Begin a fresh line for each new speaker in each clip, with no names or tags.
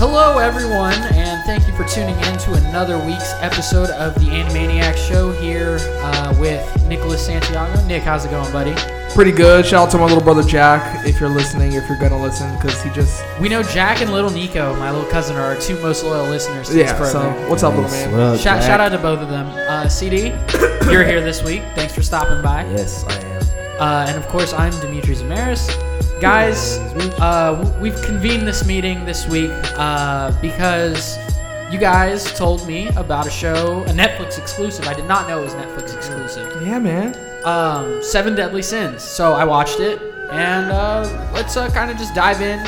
Hello, everyone, and thank you for tuning in to another week's episode of the Animaniac Show here uh, with Nicholas Santiago. Nick, how's it going, buddy?
Pretty good. Shout out to my little brother Jack if you're listening, if you're gonna listen, because he just
We know Jack and Little Nico, my little cousin, are our two most loyal listeners to
yeah.
this
So uh,
program.
what's up, little man?
Well,
shout,
Jack-
shout out to both of them. Uh, CD, you're here this week. Thanks for stopping by.
Yes, I am.
Uh, and of course, I'm Dimitri Zamaris. Guys, uh, w- we've convened this meeting this week uh, because you guys told me about a show, a Netflix exclusive. I did not know it was Netflix exclusive.
Yeah, man.
Um, Seven Deadly Sins. So I watched it, and uh, let's uh, kind of just dive in,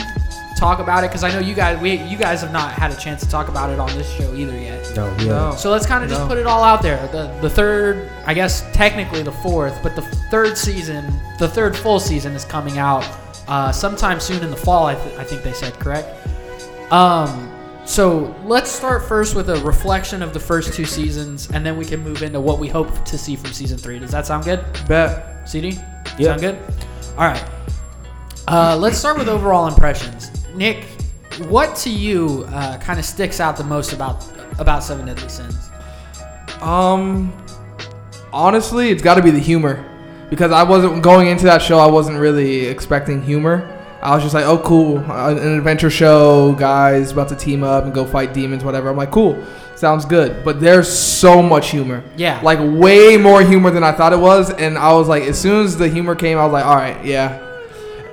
talk about it, because I know you guys, we, you guys have not had a chance to talk about it on this show either yet.
No, we
No.
are.
So let's kind of just
No.
put it all out there. The, the third, I guess technically the fourth, but the third season, the third full season is coming out uh, sometime soon in the fall. I, th- I think they said correct. Um, so let's start first with a reflection of the first two seasons, and then we can move into what we hope to see from season three. Does that sound good?
Bet.
CD,
Yeah.
sound good? All right. Uh, let's start with overall impressions. Nick, what to you uh, kind of sticks out the most about about Seven Deadly Sins?
Um, honestly, it's got to be the humor because I wasn't going into that show. I wasn't really expecting humor. I was just like, oh, cool, uh, an adventure show, guys about to team up and go fight demons, whatever. I'm like, cool, sounds good. But there's so much humor.
Yeah.
Like way more humor than I thought it was, and I was like, as soon as the humor came, I was like, all right, yeah.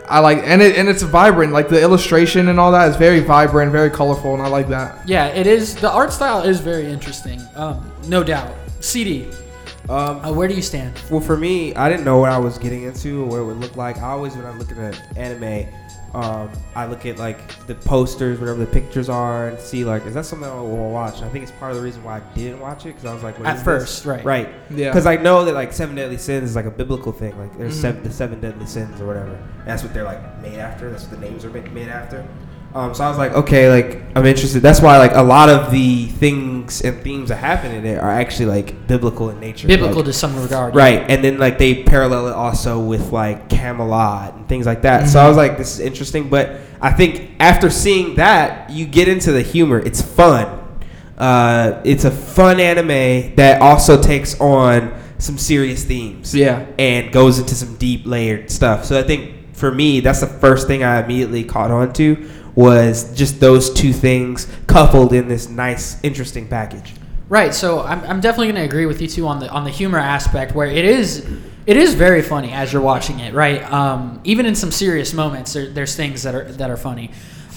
I like and it and it's vibrant. Like the illustration and all that is very vibrant, very colorful, and I like that.
Yeah, it is. The art style is very interesting, um, no doubt. CD,
Um,
uh, where do you stand?
well, for me, I didn't know what I was getting into or what it would look like. I always, when I'm looking at anime, um, I look at like the posters, whatever the pictures are, and see like, is that something I will watch? I think it's part of the reason why I didn't watch it because I was like, what
At
is this?
first, right.
right?
Yeah.
Because I know that like seven deadly sins is like a biblical thing. Like there's
Mm-hmm.
Mhm.
seven, the seven deadly sins or whatever. And that's what they're like made after. That's what the names are ma- made after. Um, so I was like, okay, like I'm interested. That's why like a lot of the things and themes that happen in it are actually like biblical in nature.
Biblical
Like,
to some regard.
Right, and then like they parallel it also with like Camelot and things like that. So I was like, this is interesting, but I think after seeing that, you get into the humor. It's fun. Uh, it's a fun anime that also takes on some serious themes
Yeah.
and goes into some deep layered stuff. So I think for me, that's the first thing I immediately caught on to was just those two things coupled in this nice, interesting package.
Right. So I'm, I'm definitely going to agree with you too on the on the humor aspect, where it is it is very funny as you're watching it. Right. Um, even in some serious moments, there, there's things that are that are funny.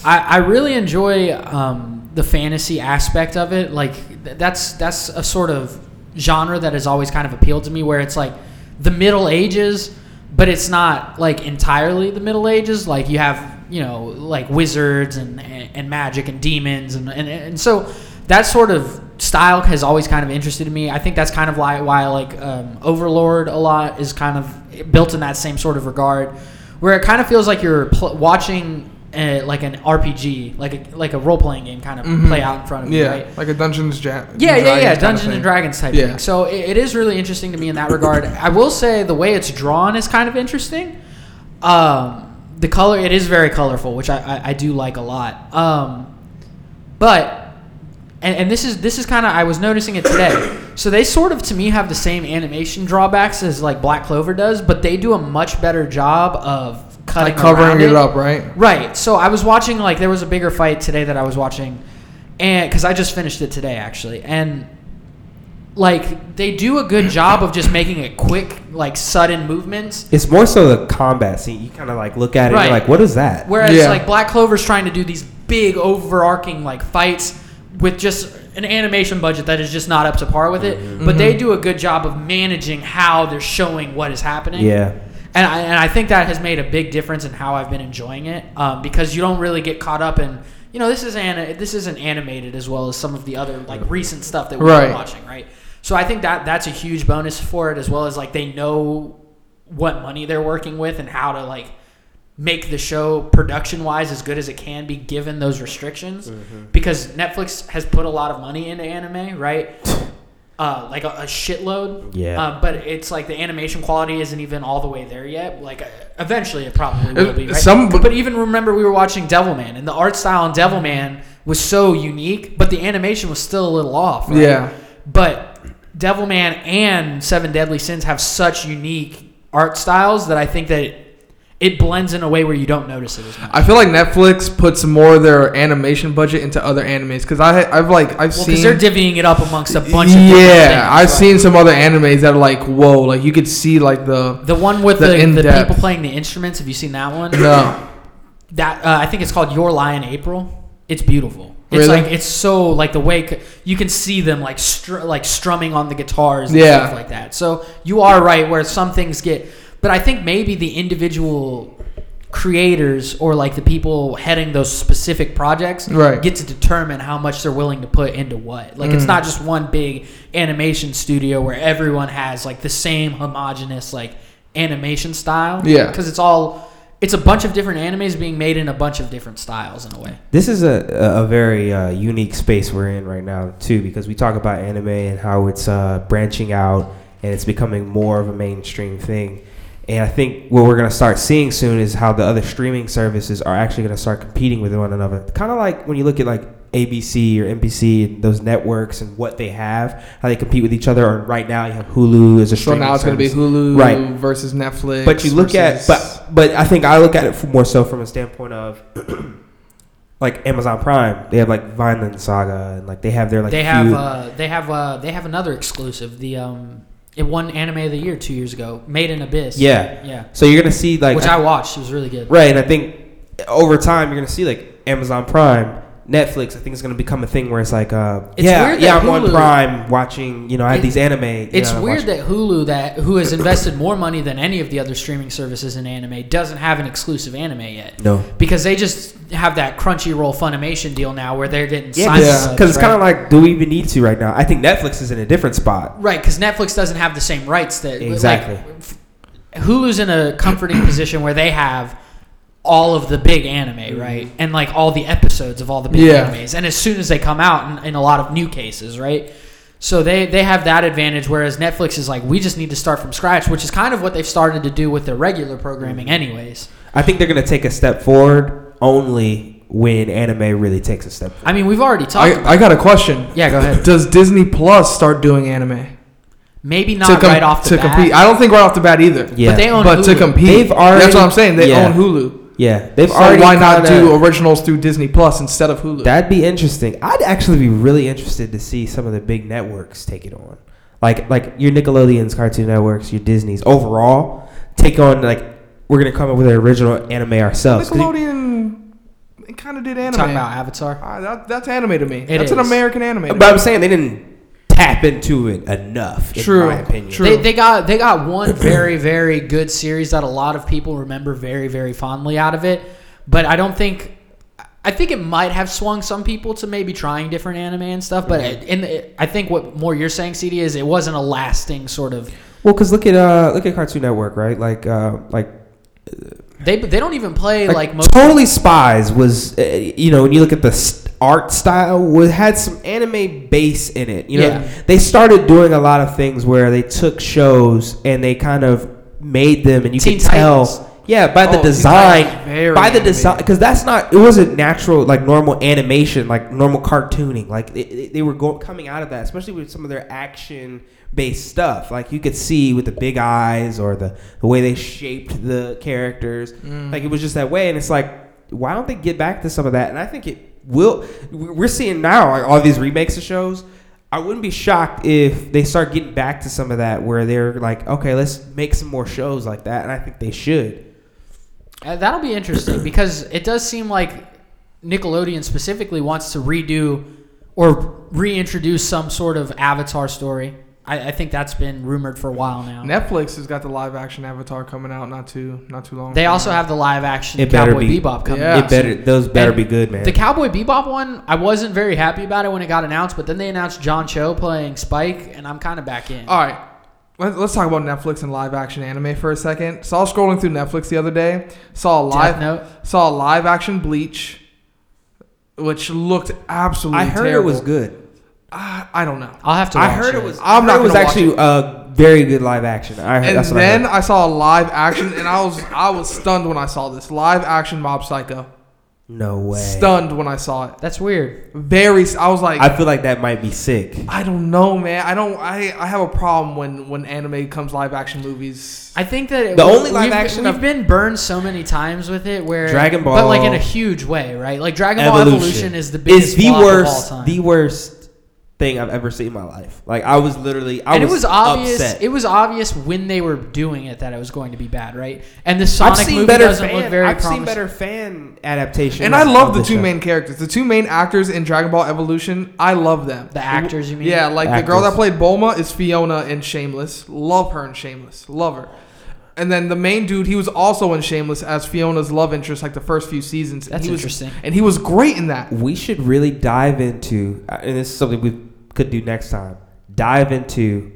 I, I really enjoy um, the fantasy aspect of it. Like th- that's that's a sort of genre that has always kind of appealed to me, where it's like the Middle Ages, but it's not like entirely the Middle Ages. Like you have you know like wizards and and, and magic and demons and, and and so that sort of style has always kind of interested me. I think that's kind of why why like um, Overlord a lot is kind of built in that same sort of regard, where it kind of feels like you're pl- watching. Uh, like an RPG, like a, like a role playing game, kind of play out in front of you.
Mm-hmm. Yeah,
right?
like a Dungeons ja-
yeah,
and
yeah, yeah,
Dragons kinda
Dungeons
thing.
and Dragons type
Yeah.
thing. So it, it is really interesting to me in that regard. I will say the way it's drawn is kind of interesting. Um, the color, it is very colorful, which I, I, I do like a lot. Um, but and, and this is this is kind of I was noticing it today. So they sort of to me have the same animation drawbacks as like Black Clover does, but they do a much better job of cutting
Like covering
around
it up, right?
Right. So I was watching like there was a bigger fight today that I was watching, and because I just finished it today actually, and like they do a good job of just making it quick, like sudden movements.
It's more so the combat scene. You kind of like look at it, and
Right.
you're like, what is that?
Whereas
Yeah.
like Black Clover's trying to do these big overarching like fights with just an animation budget that is just not up to par with it. But they do a good job of managing how they're showing what is happening.
Yeah.
And I, and I think that has made a big difference in how I've been enjoying it um, because you don't really get caught up in you know this is an this isn't animated as well as some of the other like recent stuff that we've been
Right.
watching right so I think that that's a huge bonus for it as well as like they know what money they're working with and how to like make the show production wise as good as it can be given those restrictions
Mm-hmm.
because Netflix has put a lot of money into anime right uh, like a, a shitload.
Yeah.
Uh, but it's like the animation quality isn't even all the way there yet. Like uh, eventually, it probably
Uh,
will be. Right?
some-
but even remember, we were watching Devilman, and the art style in Devilman was so unique, but the animation was still a little off. right?
Yeah.
But Devilman and Seven Deadly Sins have such unique art styles that I think that it blends in a way where you don't notice it as much.
I feel like Netflix puts more of their animation budget into other animes because I I've like I've
Well, because
seen
they're divvying it up amongst a bunch of different
yeah
things,
I've
right?
seen some other animes that are like whoa like you could see like the
The one with
The
the, the,
in-depth.
people playing the instruments. Have you seen that one?
no
That uh, I think it's called Your Lie in April. It's beautiful. It's
Really?
like it's so like the way c- you can see them like str- like strumming on the guitars and
Yeah.
stuff like that. So you are right where some things get, but I think maybe the individual creators or like the people heading those specific projects
Right.
get to determine how much they're willing to put into what. Like it's
Mm.
not just one big animation studio where everyone has like the same homogenous like animation style.
Yeah.
Because it's all it's a bunch of different animes being made in a bunch of different styles in a way.
This is a, a a very uh, unique space we're in right now too, because we talk about anime and how it's uh, branching out and it's becoming more of a mainstream thing. And I think what we're gonna start seeing soon is how the other streaming services are actually gonna start competing with one another. Kind of like when you look at like ABC or NBC and those networks and what they have, how they compete with each other. Or right now you have Hulu as a
so
streaming.
now it's gonna be
service.
Hulu
Right.
versus Netflix
But you look at
versus-
but but I think I look at it f- more so from a standpoint of like Amazon Prime. They have like Vineland Saga and like they have their like
they have
few-
uh, they have uh, they have another exclusive. The um, it won Anime of the Year two years ago. Made in Abyss.
Yeah.
yeah.
so you're gonna see like
Which I watched. It was really good.
right, and I think over time you're gonna see like Amazon Prime. Netflix, I think it's gonna become a thing where it's like, uh,
It's
yeah,
weird
yeah,
that
I'm on
Hulu-
Prime watching, you know, I have
It-
these anime. you
It's
know, I'm
weird
watching-
that Hulu, that who has invested more money than any of the other streaming services in anime, doesn't have an exclusive anime yet.
no,
Because they just have that Crunchyroll Funimation deal now, where they're getting
yeah,
signed
because
subs,
it's
right?
kind of like, do we even need to right now? I think Netflix is in a different spot.
Right, because Netflix doesn't have the same rights that like,
Exactly.
f- Hulu's in a comforting position where they have all of the big anime, right, and like all the episodes of all the big
Mm-hmm. Yeah.
animes, and as soon as they come out, in, in a lot of new cases, right. So they, they have that advantage, whereas Netflix is like, we just need to start from scratch, which is kind of what they've started to do with their regular programming,
Mm-hmm.
anyways.
I think they're gonna take a step forward only when anime really takes a step.
I mean, we've already talked. about
I, I got a question
Yeah, go ahead.
does Disney Plus start doing anime
Maybe not
com-
right off the
to
bat,
compete I don't think right off the bat either
Yeah,
but they own
but to
Hulu.
compete
They've already-
that's what I'm saying they
Yeah.
own Hulu
yeah, they've
so
already.
why not
kinda-
do originals through Disney Plus instead of Hulu
That'd be interesting. I'd actually be really interested to see some of the big networks take it on, like like your Nickelodeon's, Cartoon Networks, your Disney's. Overall, take on like we're gonna come up with an original anime ourselves. 'Cause you-
Nickelodeon it kind of did anime
Talking about Avatar.
Ah, that, that's anime to me.
It
that's an
is.
American anime.
But I'm saying they didn't tap into it enough.
True,
in my opinion.
true.
They, they got they got one very very good series that a lot of people remember very very fondly out of it, but I don't think I think it might have swung some people to maybe trying different anime and stuff. But it, in the, I think what more you're saying, CD, is it wasn't a lasting sort of.
Well, because look at uh look at Cartoon Network, right? Like uh like
They they don't even play like,
like,
most.
totally spies was uh, you know when you look at the st- art style was had some anime base in it you know
Yeah.
they started doing a lot of things where they took shows and they kind of made them and you
Teen
can tell
Titans.
yeah by the
Oh, Teen Titans,
design
very
by the
animated.
design because that's not it wasn't natural like normal animation like normal cartooning like they- they, they were go- coming out of that especially with some of their action based stuff like you could see with the big eyes or the, the way they shaped the characters
Mm.
like it was just that way, and it's like, why don't they get back to some of that? And I think it will. we- We're seeing now like, all these remakes of shows. I wouldn't be shocked if they start getting back to some of that, where they're like, okay, let's make some more shows like that, and I think they should.
Uh, that'll be interesting because it does seem like Nickelodeon specifically wants to redo or reintroduce some sort of Avatar story. I, I think that's been rumored for a while
Mm.
now.
Netflix has got the live action Avatar coming out not too not too long.
They
from
also
now.
have the live action
It better
Cowboy
be.
Bebop coming.
Yeah.
out.
It better those better
And
be good, man.
The Cowboy Bebop one, I wasn't very happy about it when it got announced, but then they announced John Cho playing Spike, and I'm kind of back in.
All right. Let- Let's talk about Netflix and live action anime for a second. So I was scrolling through Netflix the other day, saw a
Death
live
Note.
saw a live action Bleach, which looked absolutely.
I heard
terrible.
it was good.
I, I don't know.
I'll have to.
I
watch
heard it was.
I'm
I'm
not
not. It was
gonna watch
actually uh, very good live action. I heard.
And
that's what
then
I heard.
I, saw a live action, and I was I was stunned when I saw this live action Mob Psycho.
No way.
Stunned when I saw it.
That's weird.
Very. s- I was like,
I feel like that might be sick.
I don't know, man. I don't. I, I have a problem when when anime comes live action movies.
I think that it,
The only live
we've,
action
we've
I've-
been burned so many times with it, where
Dragon
but like in a
Ball
huge way, right? Like Dragon Ball Evolution is the biggest
is the
flop of all
worst
time.
the worst thing I've ever seen in my life. Like I was literally I
and
was,
it was obvious.
upset.
It was obvious when they were doing it that it was going to be bad, right? And the
I've
Sonic
seen
movie
better
doesn't
fan,
look very
I've
promising.
seen better fan adaptations.
and I love
of
the
this
two
show.
main characters, the two main actors in Dragon Ball Evolution. I love them.
The actors, you mean?
Yeah, like the girl
Actors.
that played Bulma is Fiona in Shameless. Love her in Shameless. Love her. And then the main dude, he was also in Shameless as Fiona's love interest, like the first few seasons. and
That's
he was-
interesting.
and he was great in that.
We should really dive into uh, and this is something we could do next time. Dive into who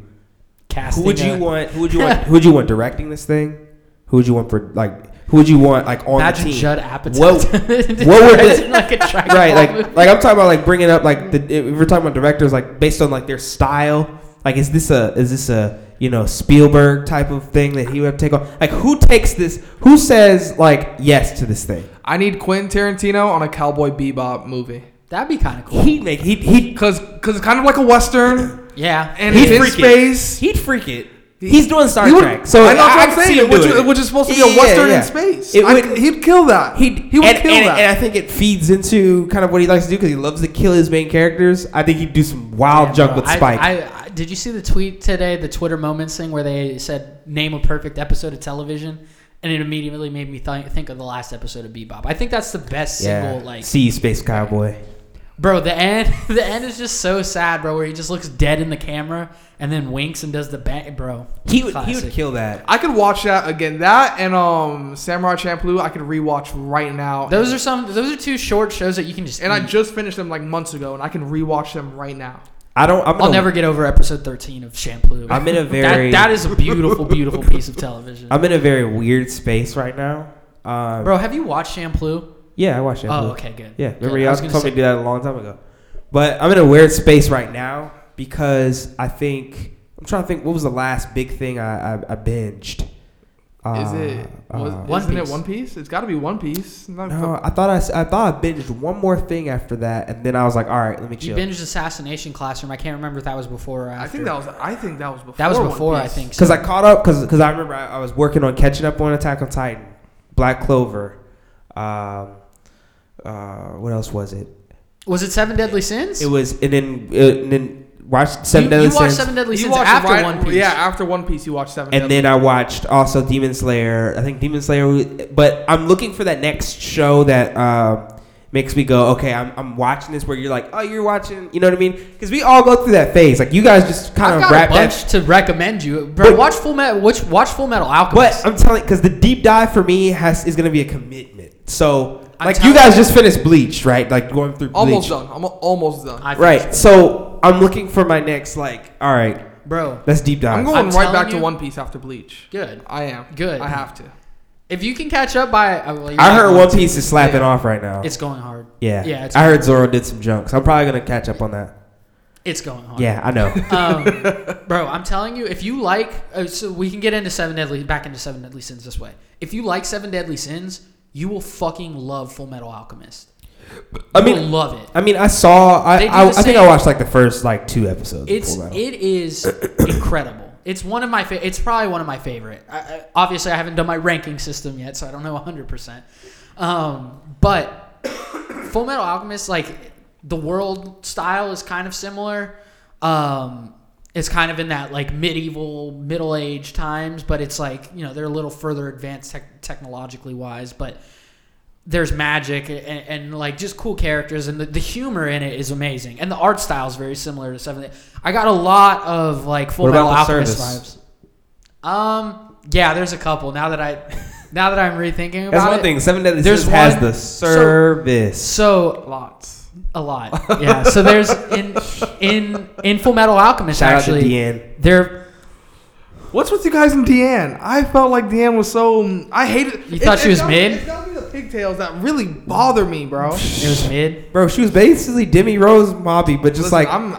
Casting
would you
a-
want who would you want who would you want directing this thing? Who would you want for like who would you want like on
Imagine
the team?
Judd Apatow.
What-
what
would the-
like a Dragon
right
Ball
like
movie.
like i'm talking about like bringing up like the if we're talking about directors like based on like their style like is this a is this a you know spielberg type of thing that he would have to take on like who takes this who says like yes to this thing
I need Quentin Tarantino on a Cowboy Bebop movie.
that'd be kind of cool.
he'd make he'd he'd,
Cause, cause it's kind of like a western,
Yeah,
and
He'd
he's in
freak it.
space.
he'd freak it he's doing star
He would-
trek so
I know
I
what
could
I'm
see
saying,
him
which,
doing
is-
it.
which is supposed to be
Yeah,
a western
yeah.
in space.
It
I-
would-
he'd kill that.
He'd,
he would
and,
kill
and,
that.
and I think it feeds into kind of what he likes to do because he loves to kill his main characters. I think he'd do some wild
Damn,
junk
bro.
with
I-
Spike.
I, I, did you see the tweet today, the Twitter moments thing where they said name a perfect episode of television, and it immediately made me th- think of the last episode of Bebop. I think that's the best single like.
see you, space cowboy.
Bro, the end, the end is just so sad, bro. Where he just looks dead in the camera and then winks and does the bang, bro.
He would, he would
Classic.
kill that.
I could watch that again. That and um Samurai Champloo, I could rewatch right now.
Those are some. Those are two short shows that you can just.
and I
eat.
just finished them like months ago, and I can rewatch them right now.
I don't. I'm
I'll
gonna,
never get over episode thirteen of Shampoo.
I'm in a
That-
very-
that is a beautiful, beautiful piece of television.
I'm in a very weird space right now. Um,
Bro, have you watched Shampoo?
Yeah, I watched that.
Oh,
movie.
okay, good.
Yeah,
Good.
remember
I
y'all
was gonna
told me
say-
to do that a long time ago. But I'm in a weird space right now because I think I'm trying to think what was the last big thing I I, I binged.
Is it was,
uh,
One
isn't
Piece.
it One Piece? It's got to be One Piece. Not-
no, I thought I, s- I thought I binged one more thing after that, and then I was like, all right, let me
You
chill.
binged Assassination Classroom. I can't remember if that was before or after.
I think that was. I think that was before.
That was
One
before, I
Piece.
think.
Because I caught up because I remember I, I was working on catching up on Attack on Titan, Black Clover, um, uh, what else was it?
Was it Seven Deadly Sins?
It was and then uh, and then watched Seven
you,
Deadly
you watched
Sins,
Seven Deadly
You
Sins
watched
after
right-
One Piece.
Yeah, after One Piece, you watched Seven.
and then I watched also Demon Slayer. I think Demon Slayer, was- but I'm looking for that next show that um, makes me go, okay, I'm, I'm watching this. Where you're like, oh, you're watching, you know what I mean? Because we all go through that phase. Like you guys just kind
I've
of
got a
wrap
bunch
that.
to recommend you, bro.
But-
watch Full Metal. Watch, watch Full Metal Alchemist.
But I'm telling, because the deep dive for me has is gonna be a commitment. So
I'm
like you
telling
guys
you.
just finished Bleach, right? Like going through Bleach.
almost done. I'm almost done.
I
Right.
finished-
So I'm looking for my next. Like, all right,
bro.
let's deep dive.
I'm going
I'm
right
telling
back
you-
to One Piece after Bleach.
Good.
I am.
Good.
I have to.
If you can catch up by, oh, well, you're
I
not
heard
going
One
to.
Piece is slapping
Yeah.
off right now.
It's going hard.
yeah.
Yeah. It's,
I heard Zoro did some junk, so I'm probably gonna catch up on that.
it's going hard.
Yeah, I know.
um, bro, I'm telling you, if you like, uh, so we can get into Seven Deadly, back into Seven Deadly Sins this way. If you like Seven Deadly Sins, you will fucking love Full Metal Alchemist.
I
You will
mean,
love it.
I mean, I saw. I
They do
I, I
the
think I
same-
watched like the first like two episodes. of
It's
Full Metal.
it is incredible. It's one of my fa- it's probably one of my favorite. I, I, obviously, I haven't done my ranking system yet, so I don't know 100. percent um, But Full Metal Alchemist, like the world style, is kind of similar. Um, it's kind of in that like medieval, middle age times, but it's like you know they're a little further advanced tech technologically wise, but there's magic and, and like just cool characters and the, the humor in it is amazing and the art style is very similar to Seven. I got a lot of like Full
What about
Metal
the
Alchemist
service?
vibes. Um, yeah, there's a couple now that I now that I'm rethinking about
That's one
it.
thing. Seven Deadly
There's
Sins has
one-
the
so-
service.
So
Lots.
a lot, yeah. So there's in in in Full Metal Alchemist
Shout out to
actually
DN.
there
What's with you guys and Deanne? I felt like Deanne was so. mm, I hated.
You thought she was
gotta-
mid?
It's gotta be the pigtails that really bother me, bro.
it was mid.
Bro, she was basically Demi Rose Mobby, but
Listen,
just like
I'm,
a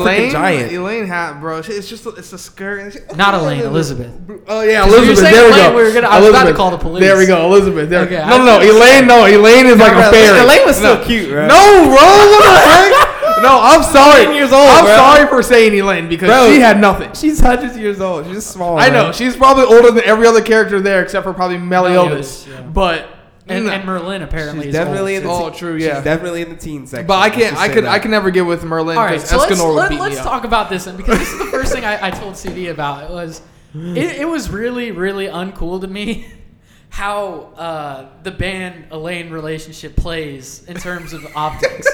freaking giant.
Elaine hat, bro. She- It's just it's a skirt. and she-
Not Elaine, Elizabeth.
Oh
Because
yeah,
you were
Elizabeth.
saying
There we
Elaine,
go.
we were gonna- I was about to
Elizabeth.
call the police.
There we go, Elizabeth. There.
Okay,
no,
I
no, no. Elaine, no. Elaine is like a fairy.
Elaine was
no.
so cute, right?
No, bro. What the heck? No, I'm sorry.
Elaine years old,
I'm
bro.
sorry for saying Elaine because
Bro.
she had nothing.
She's hundreds of years old. She's small.
I know
man.
she's probably older than every other character there except for probably
Meliodas,
Meliodas.
yeah.
But
And,
no.
and Merlin apparently
She's
is old,
definitely in the
too.
Oh,
te-
true, yeah.
She's definitely in the teen section.
but I can't.
Let's
I
just
could.
say
I
that.
can never get with Merlin
All right,
because
so let's,
Escanor would
let,
beat me
us
up.
talk about this then, because this is the first thing I, I told CD about. It was, it, it was really, really uncool to me how uh, the band Elaine relationship plays in terms of optics.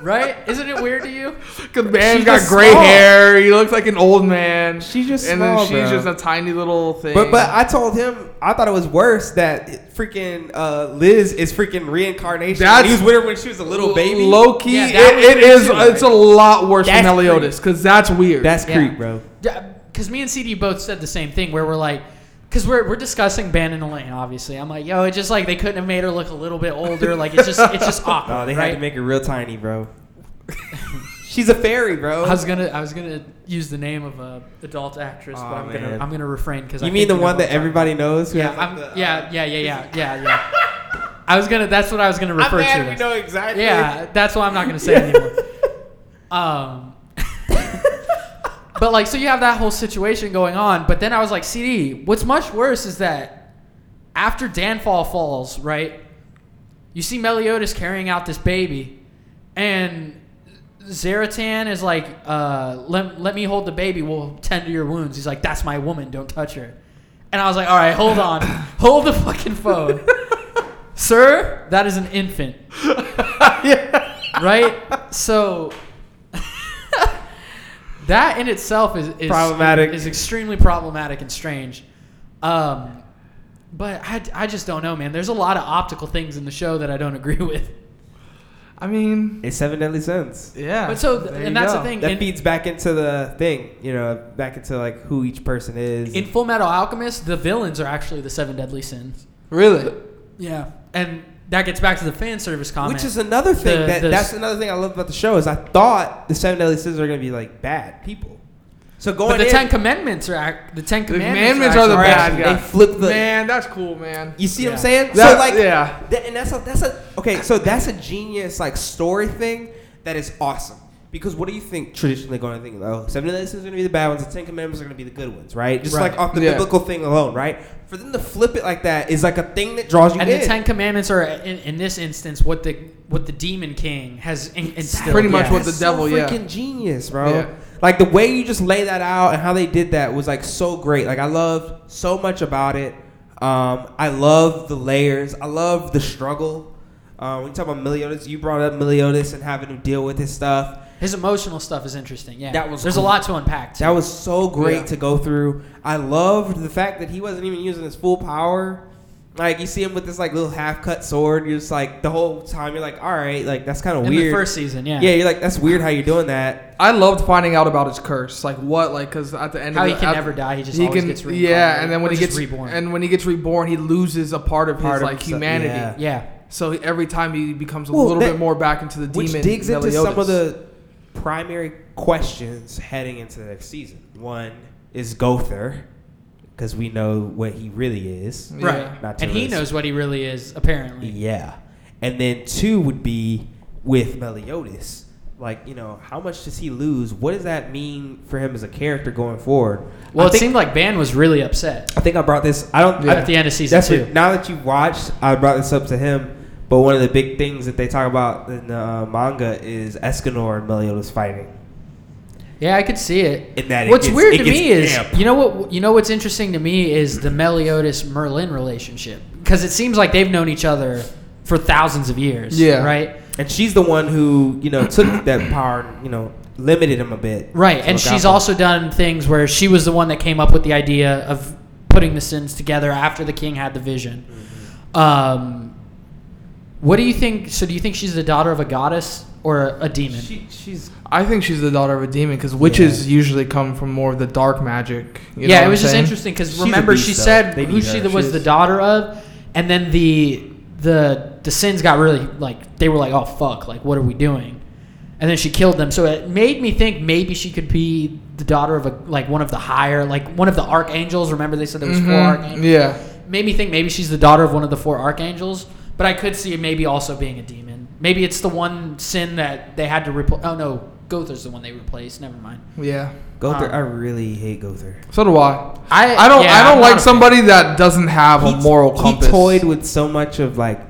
right? Isn't it weird to you?
Cause man's
She's
got
just
gray
small.
hair. He looks like an old man.
She's just
and
small,
then she's
bro.
just a tiny little thing.
But but I told him I thought it was worse that it- freaking uh, Liz is freaking reincarnation.
That's-
he was with her when she was a little baby.
low key,
Yeah, that
it, it
was
is.
weird too,
It's a lot worse
That's
than Meliodas because that's weird.
That's
Yeah.
creep, bro.
Because me and CD both said the same thing, where we're like, because we're, we're discussing Ban and Elaine, obviously. I'm like, yo, it's just like they couldn't have made her look a little bit older. Like it's just it's just awkward.
No, they
right?
had to make her real tiny, bro. She's a fairy, bro.
I was gonna I was gonna use the name of a adult actress,
Aw,
but I'm gonna
man.
I'm gonna refrain because
you mean the one that everybody knows? who
yeah
has, like,
I'm,
the, uh,
yeah yeah yeah yeah yeah yeah. I was gonna that's what I was gonna refer
I'm glad
to.
we
this.
know exactly.
yeah, that's why I'm not gonna say anymore. Um, but like so you have that whole situation going on, but then I was like, CD, what's much worse is that after Danfall falls, right? You see Meliodas carrying out this baby, and Zaratan is like, uh, let, let me hold the baby. We'll tend to your wounds. He's like, that's my woman. Don't touch her. And I was like, all right, hold on. hold the fucking phone. Sir, that is an infant. Right? So that in itself is, is
Problematic.
Is extremely problematic and strange. Um, but I, I just don't know, man. There's a lot of optical things in the show that I don't agree with.
I mean,
It's seven deadly sins.
yeah.
But so,
there you
and that's
go.
the thing.
That
in-
feeds back into the thing, you know, back into like who each person is.
In Full Metal Alchemist, the villains are actually the seven deadly sins.
Really,
Yeah, and that gets back to the fan service comment.
Which is another thing
The-
that
the-
that's another thing I love about the show is I thought the seven deadly sins are gonna be like bad people. So going
but the
in,
Ten Commandments are act, the Ten
the
Commandments,
commandments are the
actually-
bad
They
guys.
flip the-
man. That's cool, man.
you see what I'm
Yeah.
saying?
That-
so like
yeah.
that- and that's a that's a okay. So that's a genius like story thing that is awesome. Because what do you think traditionally going to think? Oh, seven deadly sins are gonna be the bad ones. The Ten Commandments are gonna be the good ones, right? Just
Right.
like off the
Yeah.
biblical thing alone, right? For them to flip it like that is like a thing that draws you
And
in.
the Ten Commandments are, in, in this instance, what the what the Demon King has in, instilled.
Pretty much
Yeah.
what the devil,
so
yeah.
freaking genius, bro.
Yeah.
Like the way you just lay that out and how they did that was like so great. Like I loved so much about it. Um, I love the layers. I love the struggle. Uh, when you talk about Meliodas, you brought up Meliodas and having to deal with his stuff.
His emotional stuff is interesting. Yeah,
That was
There's
cool.
a lot to unpack. too.
That was so great
Yeah.
to go through. I loved the fact that he wasn't even using his full power. Like you see him with this like little half cut sword. You're just like the whole time you're like, all right, like that's kind of
in
weird.
the first season. Yeah,
yeah, you're like that's weird how you're doing that.
I loved finding out about his curse, like what, like because at the end,
How
of
he
the,
can
at-
never die, he just
he
always
can,
gets reincarnated.
yeah, and then when
or
he
just
gets
reborn.
and when he gets reborn, he loses a part of
Part
his
of
like
himself,
humanity.
yeah.
yeah,
So he- every time he becomes a
Well,
little
that-
bit more back into the demon,
which digs into
Meliodas.
some of the primary questions heading into the next season. One is Gother, because we know what he really is.
Yeah.
right.
Not to
and he
really-
knows what he really is, apparently.
Yeah, and then two would be with Meliodas. Like you know, how much does he lose? What does that mean for him as a character going forward?
Well,
I
it
think,
seemed like Ban was really upset.
I think I brought this. I don't.
Yeah.
I-
at the end of season
that's
two.
what- now that you've watched, I brought this up to him. But one of the big things that they talk about in the uh, manga is Escanor and Meliodas fighting.
Yeah, I could see it.
And that it
what's
gets-
weird
it
to
gets
me is
amp.
you know what you know what's interesting to me is the Meliodas Merlin relationship because it seems like they've known each other for thousands of years.
Yeah.
Right.
And she's the one who, you know, took that power, and, you know, limited him a bit.
Right.
So
And
it got
she's
them.
also done things where she was the one that came up with the idea of putting the sins together after the king had the vision. Um, what do you think? So do you think she's the daughter of a goddess or a demon?
She, she's
I think she's the daughter of a demon because witches usually come from more of the dark magic. You know
yeah,
what
it
I'm
was just
saying?
interesting because
She's a
remember she
beast, though.
said
They
who
need
she
her.
was
She's-
the daughter of, and then the the the sins got really like they were like oh fuck like what are we doing, and then she killed them. So it made me think maybe she could be the daughter of a like one of the higher, like one of the archangels. Remember they said there was four
Mhm,
archangels.
Yeah.
Made me think maybe she's the daughter of one of the four archangels. But I could see it maybe also being a demon. Maybe it's the one sin that they had to replace. Oh no, Gother's the one they replaced. Never mind.
Yeah.
Gother,
Um,
I really hate Gother.
So do I.
I
I don't.
yeah,
I
I'm
don't
not a
like
fan.
somebody that doesn't have a
He-
moral compass.
He toyed with so much of like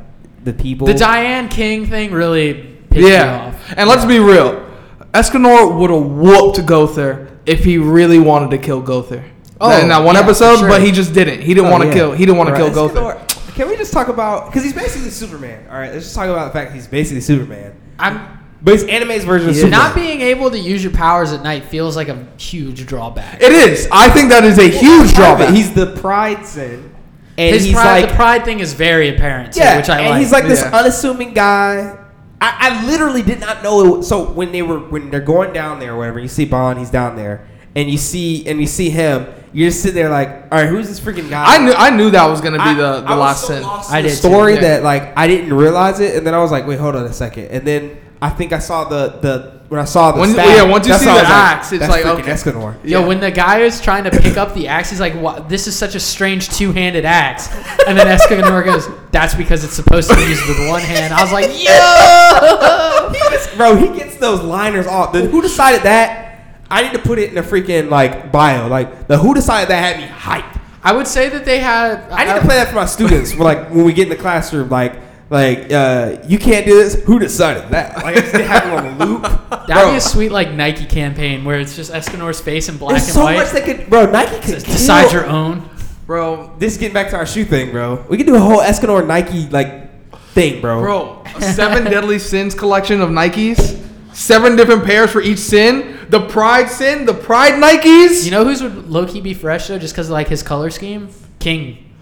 the people.
The Diane King thing really pissed me
yeah.
off.
And let's be real. Escanor would have whooped Gother if he really wanted to kill Gother.
Oh,
in that one
yeah,
episode,
for sure.
but he just didn't. He didn't
Oh,
want to
yeah.
kill. He didn't want
Right.
to kill Gother.
Escanor- Can we just talk about because he's basically Superman? All right, let's just talk about the fact he's basically Superman,
I'm
but he's anime's version of
So
Superman.
Not being able to use your powers at night feels like a huge drawback.
It is. I think that is a huge drawback.
He's the pride sin, and
His
he's
pride,
like
the pride thing is very apparent, too,
yeah,
which I
and
like.
he's like this
Yeah.
unassuming guy. I, I literally did not know. It was, so when they were when they're going down there, or whatever, you see Bond, he's down there, and you see and you see him. You're just sitting there like, all right, who's this freaking guy?
I knew. I knew that was gonna be the, the
I was
last
so
sin.
lost
I
in the
did too,
story
yeah.
that like I didn't realize it, and then I was like, wait, hold on a second, and then I think I saw the the when I saw the
When-
staff,
yeah, once you
that's
see
how I
the
was
axe, it's
that's
like,
freaking
okay.
Escanor.
Yo,
Yeah.
when the guy is trying to pick up the axe, he's like, "Wha- "This is such a strange two-handed axe." And then Escanor goes, "That's because it's supposed to be used with one hand." I was like, "Yo!"
He gets- bro, he gets those liners off. The who decided that? I need to put it in a freaking like bio. Like the who decided that had me hyped.
I would say that they had.
I need to play that for my students. for, like when we get in the classroom, like like uh, you can't do this. Who decided that? Like I just have it on a loop.
That'd
Bro,
be a sweet like Nike campaign where it's just Escanor's face in black
there's
and
so
white.
much that could, bro. Nike could
Says, Decide
kill-
your own.
bro.
This getting back to our shoe thing, bro. We could do a whole Escanor Nike like thing, bro.
Bro, a seven deadly sins collection of Nikes. Seven different pairs for each sin. The pride sin. The pride Nikes.
You know whose would low key be fresh though, just because like his color scheme? King.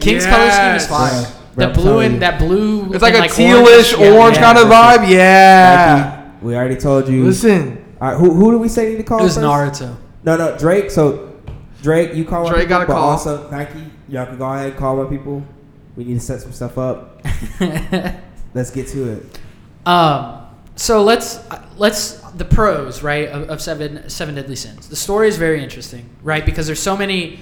King's color scheme is
Yes.
fire.
Bro,
That
bro, I'm
blue
telling
and
you.
that blue.
It's like
and,
a tealish
yeah,
orange,
yeah.
kind of vibe.
uh,
Yeah.
Nike, we already told
Mm.
you.
Listen,
All right, who who do we say to call?
It was
first?
Naruto.
No, no, Drake. So Drake, you call
Drake
my people,
gotta
but
call.
Also, Nike, y'all can go ahead and call my people. We need to set some stuff up. Let's get to it.
um, so let's let's the pros right of, of seven seven deadly sins. The story is very interesting, right? Because there's so many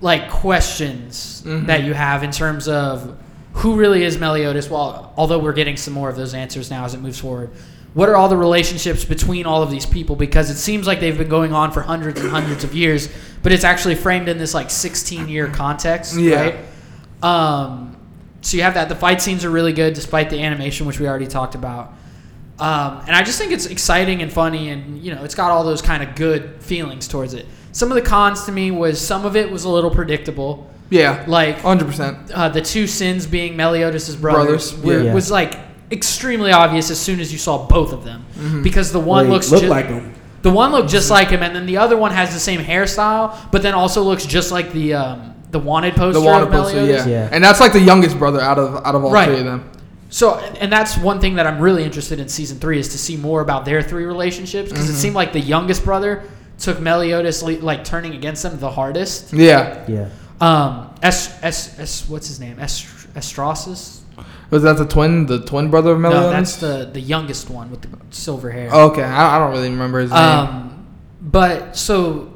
like questions
Mhm.
that you have in terms of who really is Meliodas. Well, although we're getting some more of those answers now as it moves forward. What are all the relationships between all of these people? Because it seems like they've been going on for hundreds and hundreds of years, but it's actually framed in this like 16 year context,
Yeah.
right? Um, so you have that. The fight scenes are really good, despite the animation, which we already talked about. Um, and I just think it's exciting and funny, and you know, it's got all those kind of good feelings towards it. Some of the cons to me was some of it was a little predictable,
yeah,
like
hundred percent.
uh, the two sins being Meliodas' brothers,
Brothers,
were-
yeah.
was like extremely obvious as soon as you saw both of them, because the one
Wait,
looks
look
ju-
like him.
the one looked just like him, and then the other one has the same hairstyle, but then also looks just like the um, the wanted poster.
The water
of
poster,
Meliodas.
yeah.
Yeah.
and that's like the youngest brother out of out of all
Right.
three of them.
So, and that's one thing that I'm really interested in season three is to see more about their three relationships because
Mm-hmm.
it seemed like the youngest brother took Meliodas le- like turning against him the hardest.
Yeah,
Yeah.
Um, S S S what's his name? Est- Estrasus?
was that the twin, the twin brother of Meliodas?
No,
Oh,
that's the the youngest one with the silver hair.
okay. I, I don't really remember his name.
Um, but so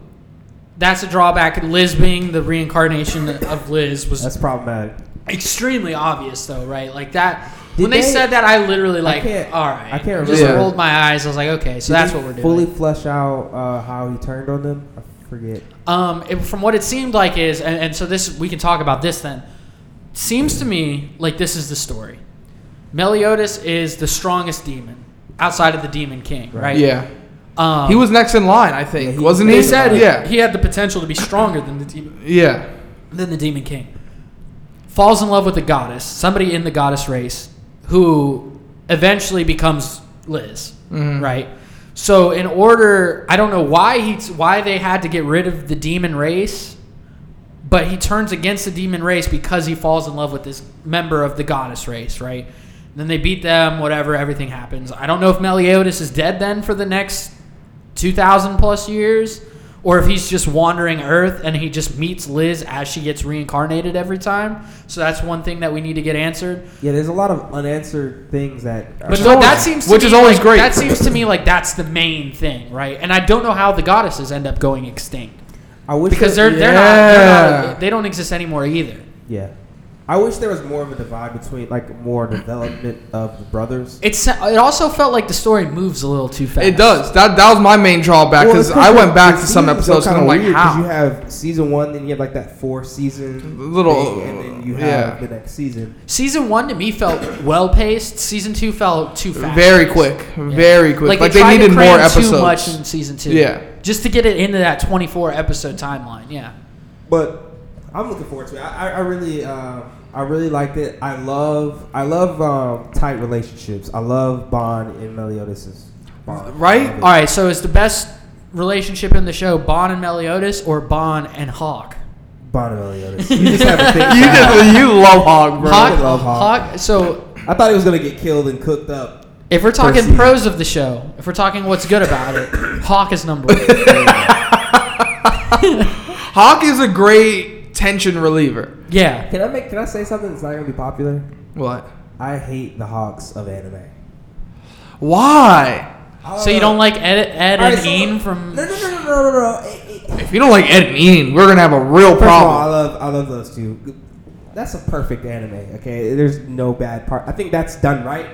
that's a drawback. Liz being the reincarnation of Liz was
That's problematic.
extremely obvious though, right? Like that.
Did
when they,
they-
said that, I literally like,
can't-
all right,
I can't
Just
remember.
rolled my eyes. I was like, okay, so that's what we're doing.
Fully flesh out uh, how he turned on them. I forget.
Um, it, from what it seemed like is, and, and so this we can talk about this then. Seems to me like this is the story. Meliodas is the strongest demon outside of the Demon King, right?
yeah,
Um,
he was next in line, I think,
Yeah, he-
wasn't he?
They said
yeah,
he had the potential to be stronger than the demon.
yeah.
Then the Demon King falls in love with a goddess, somebody in the goddess race, who eventually becomes Liz,
Mm-hmm.
Mhm.
right? So in order, I don't know why he why they had to get rid of the demon race, but he turns against the demon race because he falls in love with this member of the goddess race, right? Then they beat them, whatever, everything happens. I don't know if Meliodas is dead then for the next 2000 plus years or if he's just wandering Earth and he just meets Liz as she gets reincarnated every time. So that's one thing that we need to get answered.
Yeah, there's a lot of unanswered things that.
But e-
Which is
th- that
always-
seems to
which
me
is always
like-
great.
That seems to me like that's the main thing, right? And I don't know how the goddesses end up going extinct
I wish
because
there-
they're they're, not, they're
Yeah.
not they don't exist anymore either.
Yeah, I wish there was more of a divide between like more development of the brothers.
It's it also felt like the story moves a little too fast.
It does. That that was my main drawback
Well,
because
it's
Uh, I went
the-
back
the
to some
seasons are
episodes and
kinda
I'm like,
weird 'cause
how?
You have season one, then you have like that four season
Little-
thing, and then you
yeah.
have the next season.
Season one to me felt well paced. Season two felt too fast.
Very quick,
Yeah.
very quick. Like, they
tried to
needed
cram
more episodes.
Too much in season two.
Yeah.
Just to get it into that twenty-four episode timeline. Yeah.
But I'm looking forward to it. I, I- I really, uh, I really liked it. I love, I love um, tight relationships. I love Bond and Meliodas' Bond.
Right?
All right. So is the best relationship in the show Bon and Meliodas or Bon and Hawk?
Bond and Meliodas. You just have a thing.
you
for Hawk.
just you love Hog, bro.
Hawk,
love Hawk.
Hawk. So
I thought he was gonna get killed and cooked up.
if we're
Proceed.
talking pros of the show, if we're talking what's good about it, Hawk is number one.
Hawk is a great tension reliever.
Yeah.
Can I make? Can I say something that's not gonna be popular?
What?
I hate the Hawks of anime.
Why?
So you don't like Ed, Ed
All
and
right, so-
Ean from?
No, no, no, no, no, no, no. It- it-
If you don't like Ed and Ian, we're gonna have a real
First of all, I
problem.
love I love those two. That's a perfect anime. Okay, there's no bad part. I think that's done right.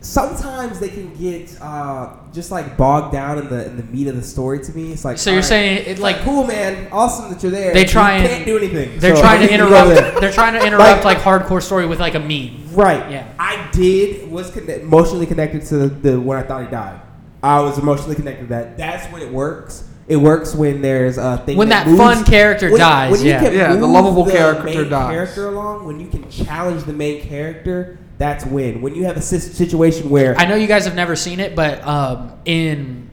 Sometimes they can get uh, just like bogged down in the in the meat of the story. To me, it's like
So you're
all right.
saying it like
cool, man, awesome that you're there.
They try
you
and-
can't do anything.
They're
So,
trying
you
to
can go
interrupt.
there.
They're trying to interrupt like, hardcore story with like a meme.
Right.
Yeah.
I did was connect, emotionally connected to the, the when I thought he died. I was emotionally connected to that. That's when it works. It works when there's a thing
When that
moves-
fun character
when-
dies,
when you
yeah.
can
Yeah, the
move
lovable
the
character
main
dies.
Character along when you can challenge the main character. That's when. When you have a sis- situation where
I know you guys have never seen it, but um, in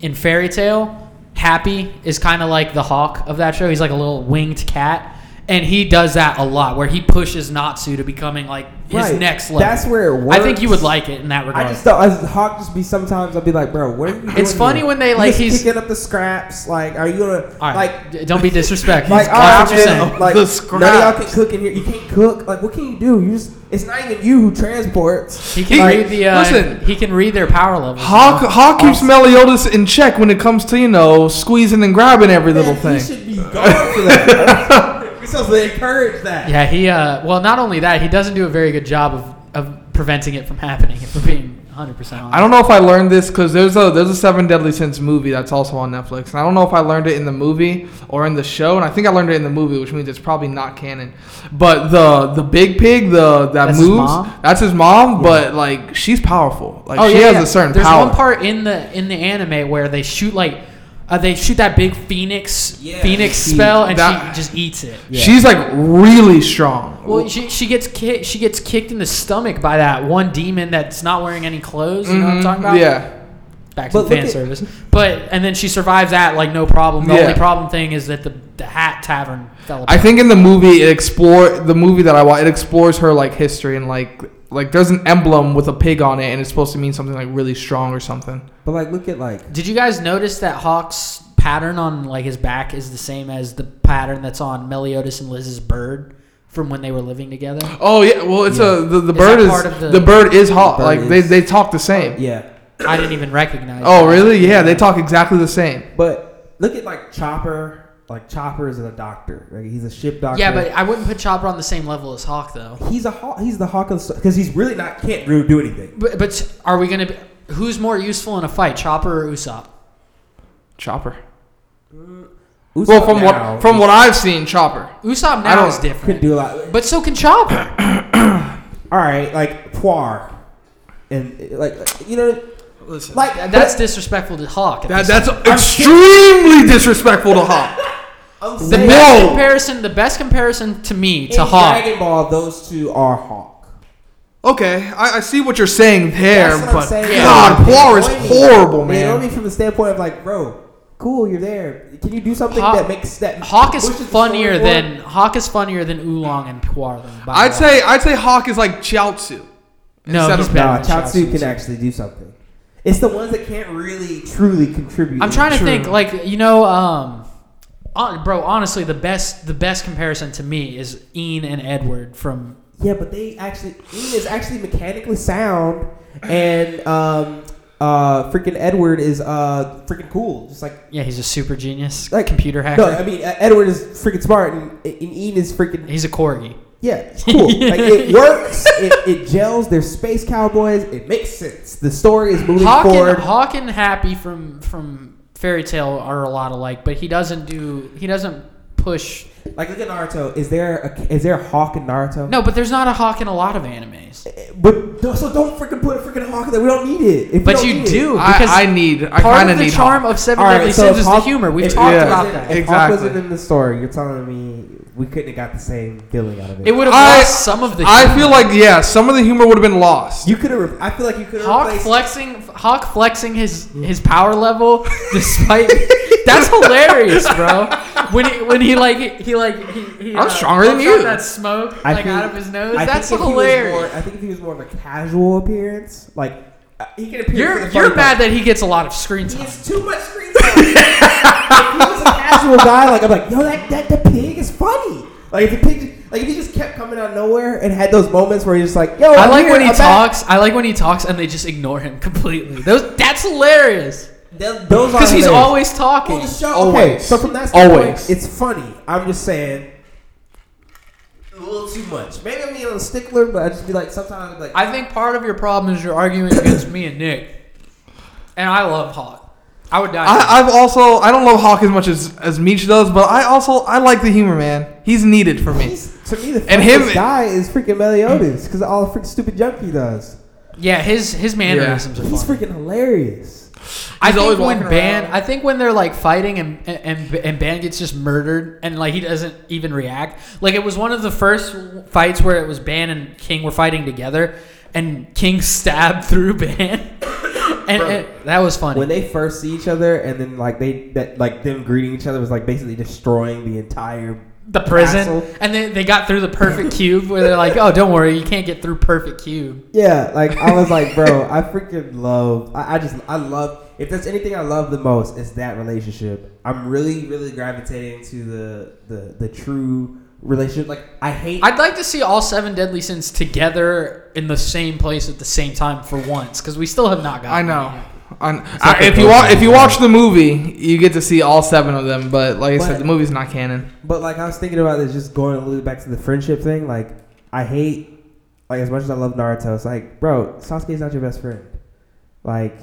in Fairy Tale, Happy is kind of like the hawk of that show. He's like a little winged cat, and he does that a lot, where he pushes Natsu to becoming like his
Right.
next level.
That's where it
I think you would
works.
like it in that regard.
I just thought as Hawk just be sometimes I'll be like, bro, what are you doing
It's funny
here?
when they,
You
like,
just
he's-
picking up the scraps. Like, are you gonna
All
like
right, d- don't be disrespectful.
Like,
That's
all right,
what you're
man,
saying.
like
The
none of y'all
scraps.
can cook in here. You can't cook. Like, what can you do? You just, it's not even you who transports.
He can
Like,
read the. Uh,
listen.
he can read their power levels.
Hawk, Hawk keeps Meliodas in check when it comes to you know squeezing and grabbing every little
Man,
thing.
He should be going for that. We're supposed to encourage that.
Yeah, he. Uh, well, not only that, he doesn't do a very good job of, of preventing it from happening. If we're being 100 percent honest.
I don't know if I learned this because there's a there's a Seven Deadly Sins movie that's also on Netflix, and I don't know if I learned it in the movie or in the show, and I think I learned it in the movie, which means it's probably not canon. But the the big pig, the that
That's his
moves,
mom? Oh,
that's his mom, but like she's powerful, like she has a certain
There's
power.
one part in the in the anime where they shoot like uh, they shoot that big phoenix
Yeah,
phoenix
she-
spell and
that-
she just eats it.
Yeah.
She's like really strong.
Well, she, she gets ki- she gets kicked in the stomach by that one demon that's not wearing any clothes. You know what I'm
Mhm,
talking about?
Yeah,
Back to
But
the
look
fan
at-
service. But and then she survives that like no problem. The
Yeah.
only problem thing is that the the hat tavern fell apart.
I think in the movie it explore the movie that I watch it explores her like history and like like there's an emblem with a pig on it and it's supposed to mean something like really strong or something.
But, like, look at, like,
Did you guys notice that Hawk's pattern on like his back is the same as the pattern that's on Meliodas and Liz's bird from when they were living together?
Oh yeah, well it's a the, the
Is that
bird is
part of the-
the, bird is hot.
bird
like
is-
they they talk the same.
yeah.
I didn't even recognize.
Oh
that.
really? Yeah, they talk exactly the same.
But look at, like, Chopper. Like, Chopper is a doctor. Like, he's a ship doctor.
Yeah, but I wouldn't put Chopper on the same level as Hawk though.
He's a hawk. He's the hawk of the because he's really not can't really do anything.
But, but are we gonna? Be, who's more useful in a fight, Chopper or Usopp?
Chopper.
Usopp
Well, from
now
what from what I've seen, Chopper.
Usopp
I
now
don't-
is
could
different,
do a lot.
but so can Chopper.
All right, like Poir, and like you know,
Listen,
like
That's disrespectful to Hawk. at
that,
this
that's extremely disrespectful to Hawk.
I'm
The
saying-
best
Whoa.
comparison, the best comparison to me to
in
Hawk.
Dragon Ball, those two are Hawk.
Okay, I, I see what you're saying there,
That's what I'm
but
saying.
God,
They
Poir is
annoy me.
horrible,
They annoy me
man.
from the standpoint of like, bro, cool, you're there. Can you do something
Hawk-
that makes that
Hawk is
pushes the
funnier
story
than Hawk is funnier than Oolong and Puar. Though, by
I'd
a lot.
say I'd say Hawk is like Chiaotzu.
No,
instead
he's
of-
better.
forward? Nah,
than Chaozu.
Chaozu can actually do something. It's the ones that can't really truly contribute.
I'm trying to
True.
think, like you know, um, hon- bro. Honestly, the best the best comparison to me is Ean and Edward from.
Yeah, but they actually Ian is actually mechanically sound, and um, uh, freaking Edward is uh freaking cool. Just like
Yeah, he's a super genius,
Like-
computer hacker.
no, I mean uh, Edward is freaking smart, and, and Ian is freaking
he's a corgi.
yeah, it's cool. like it works, it, it gels. They're space cowboys. It makes sense. The story is moving
Hawk
forward.
and, Hawk and Happy from from Fairy Tale are a lot alike, but he doesn't do he doesn't push.
Like look at Naruto. Is there a, is there a Hawk in Naruto?
No, but there's not a Hawk in a lot of animes.
But no, so don't freaking put a freaking Hawk in there. We don't need it. If we
But
don't
you
need it-
do because
I, I need. I
part
kind
of the
need.
charm
Hawk.
of Seven
All right,
Deadly
so
Sins
if
is
Hawk-
the humor. We've
if-
talked
yeah.
about
if
that.
It-
Hawk
Exactly.
wasn't in the story. You're telling me we couldn't have got the same feeling out of it.
It would have
I-
lost some of the. Humor.
I feel like yeah, some of the humor would have been lost.
you could have. Re- I feel like you could have
Hawk
replaced.
flexing, Hawk flexing his his power level despite that's hilarious, bro. When he when he like he like he, he
I'm stronger than
puffs
you.
out That smoke
I
like
think-
out of his nose.
I
that's
think if he was
hilarious.
more- I think if he was more of a casual appearance, like uh, he could appear. for
You're
the
you're
funny
bad
part.
that he gets a lot of screen
He
time.
has too much screen time. if he was a casual guy, like I'm like, yo, that that the pig is funny. Like if the pig, like if he just kept coming out of nowhere and had those moments where he's just like, yo,
I
I'm
like
here,
when he
I'm back.
talks. I like when he talks and they just ignore him completely. Those that's hilarious
Th- Those are
because he's
hilarious.
always talking.
Well, the show- Okay,
Always.
so from that standpoint,
Always.
it's funny. I'm just saying. A little too much. Maybe I'm being a stickler, but I just be like sometimes I'm like
I think part of your problem is you're arguing against me and Nick, and I love Hawk. I would die. for him.
I, I've also I don't love Hawk as much as as Meech does, but I also I like the humor, man. He's needed for me.
he's, to me the
And
and
him-
guy is freaking Meliodas because all the freaking stupid junk he does.
Yeah, his his mannerisms are
He's
funny.
freaking hilarious.
I
He's
think
always
when
walking
Ban,
around.
I think when they're like fighting and and and Ban gets just murdered and like he doesn't even react. Like it was one of the first fights where it was Ban and King were fighting together, and King stabbed through Ban, and, and that was funny.
When they first see each other and then like they that like them greeting each other was like basically destroying the entire
the prison,
Castle.
and then they got through the perfect cube where they're like, "Oh, don't worry, you can't get through perfect cube."
Yeah, like I was like, bro, I freaking love. I, I just I love. If there's anything I love the most, it's that relationship. I'm really, really gravitating to the the the true relationship. Like I hate.
I'd like to see all seven deadly sins together in the same place at the same time for once, because we still have not gotten.
I
there
know.
yet.
On, I, if you
those
wa-
movies
if you
are-
watch the movie, you get to see all seven of them. But like I
But-
said, the movie's not canon.
but like I was thinking about this, just going a little back to the friendship thing. Like I hate. Like as much as I love Naruto, it's like, bro, Sasuke's not your best friend. Like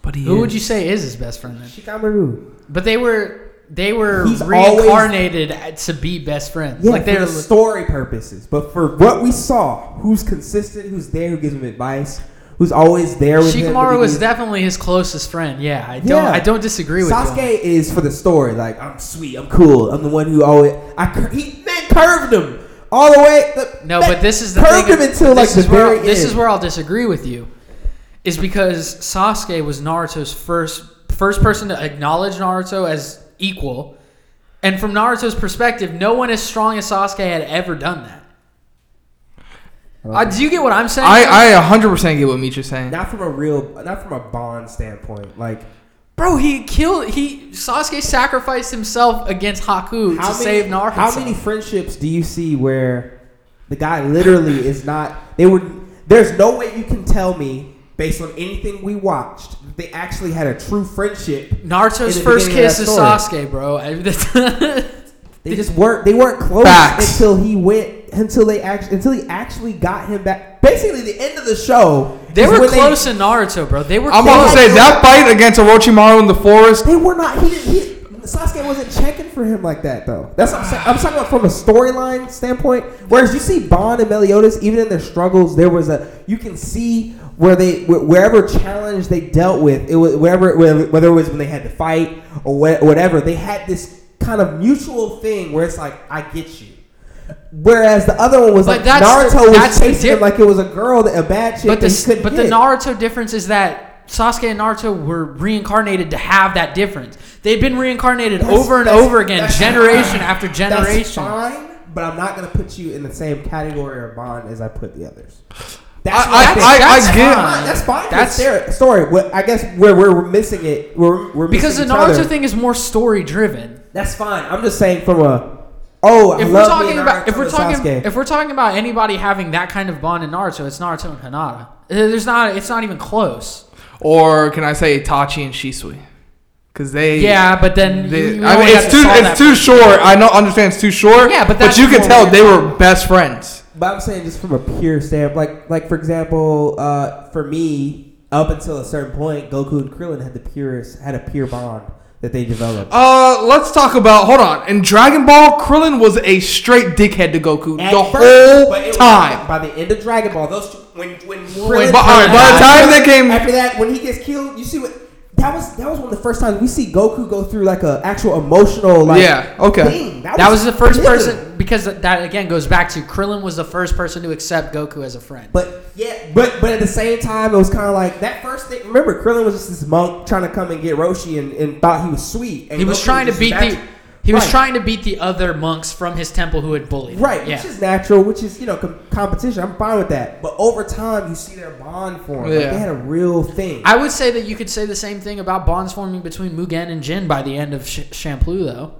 But he
Who would you say is his best friend then?
Shikamaru.
But they were they were
He's
reincarnated to be best friends.
Yeah,
like
for
they're
the story purposes, but for what we saw, who's consistent, who's there, who gives him advice, who's always there with him. when he
Shikamaru was
needs-
definitely his closest friend. Yeah, I don't
Yeah.
I don't disagree with you. on that.
Sasuke is for the story. Like I'm sweet, I'm cool, I'm the one who always. I cur- he man curved him all the way. the-
No,
that
but this is the
curved
thing.
him until like
this
the
is where,
very
This
end.
is where I'll disagree with you, is because Sasuke was Naruto's first first person to acknowledge Naruto as equal, and from Naruto's perspective, no one as strong as Sasuke had ever done that. Uh, do you get what I'm saying?
I I 100% get what Meech is saying.
not from a real, not from a bond standpoint. Like
Bro, he killed. He Sasuke sacrificed himself against Haku to
how many,
save Naruto.
How many friendships do you see where the guy literally is not? They would. There's no way you can tell me based on anything we watched that they actually had a true friendship.
Naruto's
in the
first
beginning of
kiss
that
is
story.
Sasuke, bro. I- that's-
They just weren't. They weren't close
Facts.
until he went. Until they actually. Until he actually got him back. Basically, the end of the show.
they
is
were
when
close in Naruto, bro. They were.
I'm
close.
about to say that fight against Orochimaru in the forest.
They, were not. He didn't. He, Sasuke wasn't checking for him like that though. That's what I'm saying. I'm talking about from a storyline standpoint. Whereas you see Bond and Meliodas, even in their struggles, there was a you can see where they wh- wherever challenge they dealt with it was wherever whether it was when they had to fight or wh- whatever they had this kind of mutual thing where it's like I get you. Whereas the other one was
But
like
that's the-
Naruto was
that's the
chasing him
diff-
like it was a girl, that- a bad chick.
But
that he
the
couldn't
but the
hit.
Naruto difference is that Sasuke and Naruto were reincarnated to have that difference. They've been reincarnated
That's-
over and
that's-
over again,
that's
generation
fine.
after
That's
generation.
fine, but I'm not gonna put you in the same category or bond as I put the others. That's
I-
what
I-
think.
I- I
that's
get-
fine. that's fine.
That's-
That's their story. What I guess where we're, we're missing it, we're, we're
because the
missing each
Naruto
other.
thing is more story driven.
That's fine. I'm just saying from a oh, I
If we're
love
talking
being
about
Naruto
if we're
and
talking
Sasuke.
if we're talking about anybody having that kind of bond in Naruto, it's Naruto and Hinata. There's not it's not even close.
Or can I say Itachi and Shisui? Because they
Yeah, but then you-
They-
you
I mean,
only
it's
got
too
to solve
it's
that
too short. I know understand it's too short.
Yeah, but that's
you can
more
tell
weird.
they were best friends.
But I'm saying just from a pure standpoint, like like for example, uh, for me, up until a certain point, Goku and Krillin had the purest had a pure bond that they developed.
Uh, let's talk about. Hold on. In Dragon Ball, Krillin was a straight dickhead to Goku
At
the
first,
whole
but it was-
time.
by the end of Dragon Ball, those two, when when
But,
Krillin,
all right, by the time they came,
after that when he gets killed, you see what that was. That was one of the first times we see Goku go through like a actual emotional like
Yeah, okay.
thing.
That was the first
nigga.
person because that again goes back to Krillin was the first person to accept Goku as a friend.
But yeah, but but at the same time, it was kind of like that first thing. Remember, Krillin was just this monk trying to come and get Roshi, and, and thought he was sweet. And
he was
Goku
trying to
just
beat the
natu-
he was
Right.
trying to beat the other monks from his temple who had bullied. him.
right,
Yeah.
which is natural, which is you know com- competition. I'm fine with that. But over time, you see their bond form. Like,
Yeah.
they had a real thing.
I would say that you could say the same thing about bonds forming between Mugen and Jin by the end of Sh- Shampoo, though.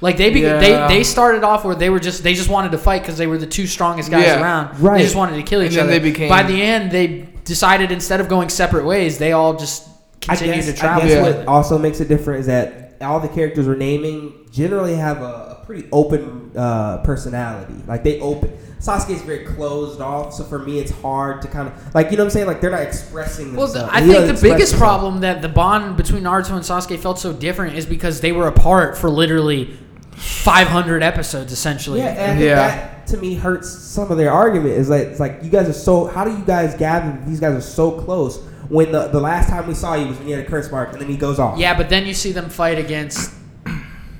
Like they, be-
Yeah.
they they started off where they were just they just wanted to fight because they were the two strongest guys
Yeah.
around.
Right.
They just wanted to kill
And
each
then
other.
they became-
by the end, they decided instead of going separate ways, they all just
I
continued
guess,
to
I
travel.
guess
Yeah.
what also makes it different is that all the characters we're naming generally have a, a pretty open uh, personality. Like they open. Sasuke's very closed off, so for me, it's hard to kind of like you know what I'm saying. Like they're not expressing.
Well,
themselves.
the, I
He
think
doesn't
the
express
biggest
himself.
problem that the bond between Naruto and Sasuke felt so different is because they were apart for literally 500 episodes, essentially.
Yeah, and I think
Yeah.
that to me hurts some of their argument. Is like it's like you guys are so. How do you guys gather? that These guys are so close. When the, the last time we saw you was when you had a curse mark, and then he goes off.
Yeah, but then you see them fight against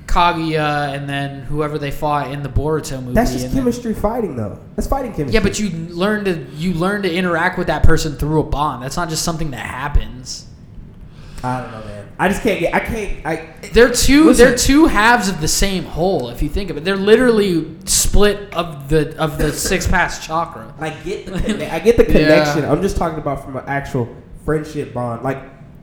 Kaguya and then whoever they fought in the Boruto movie.
that's just
and then-
chemistry fighting, though. That's fighting chemistry.
yeah, but you learn to you learn to interact with that person through a bond. That's not just something that happens.
I don't know, man. I just can't get. I can't. I
They're two
Listen.
they're two halves of the same whole. If you think of it, they're literally split of the of the six pass chakra.
I get the conne- I get the
Yeah.
connection. I'm just talking about from an actual friendship bond, like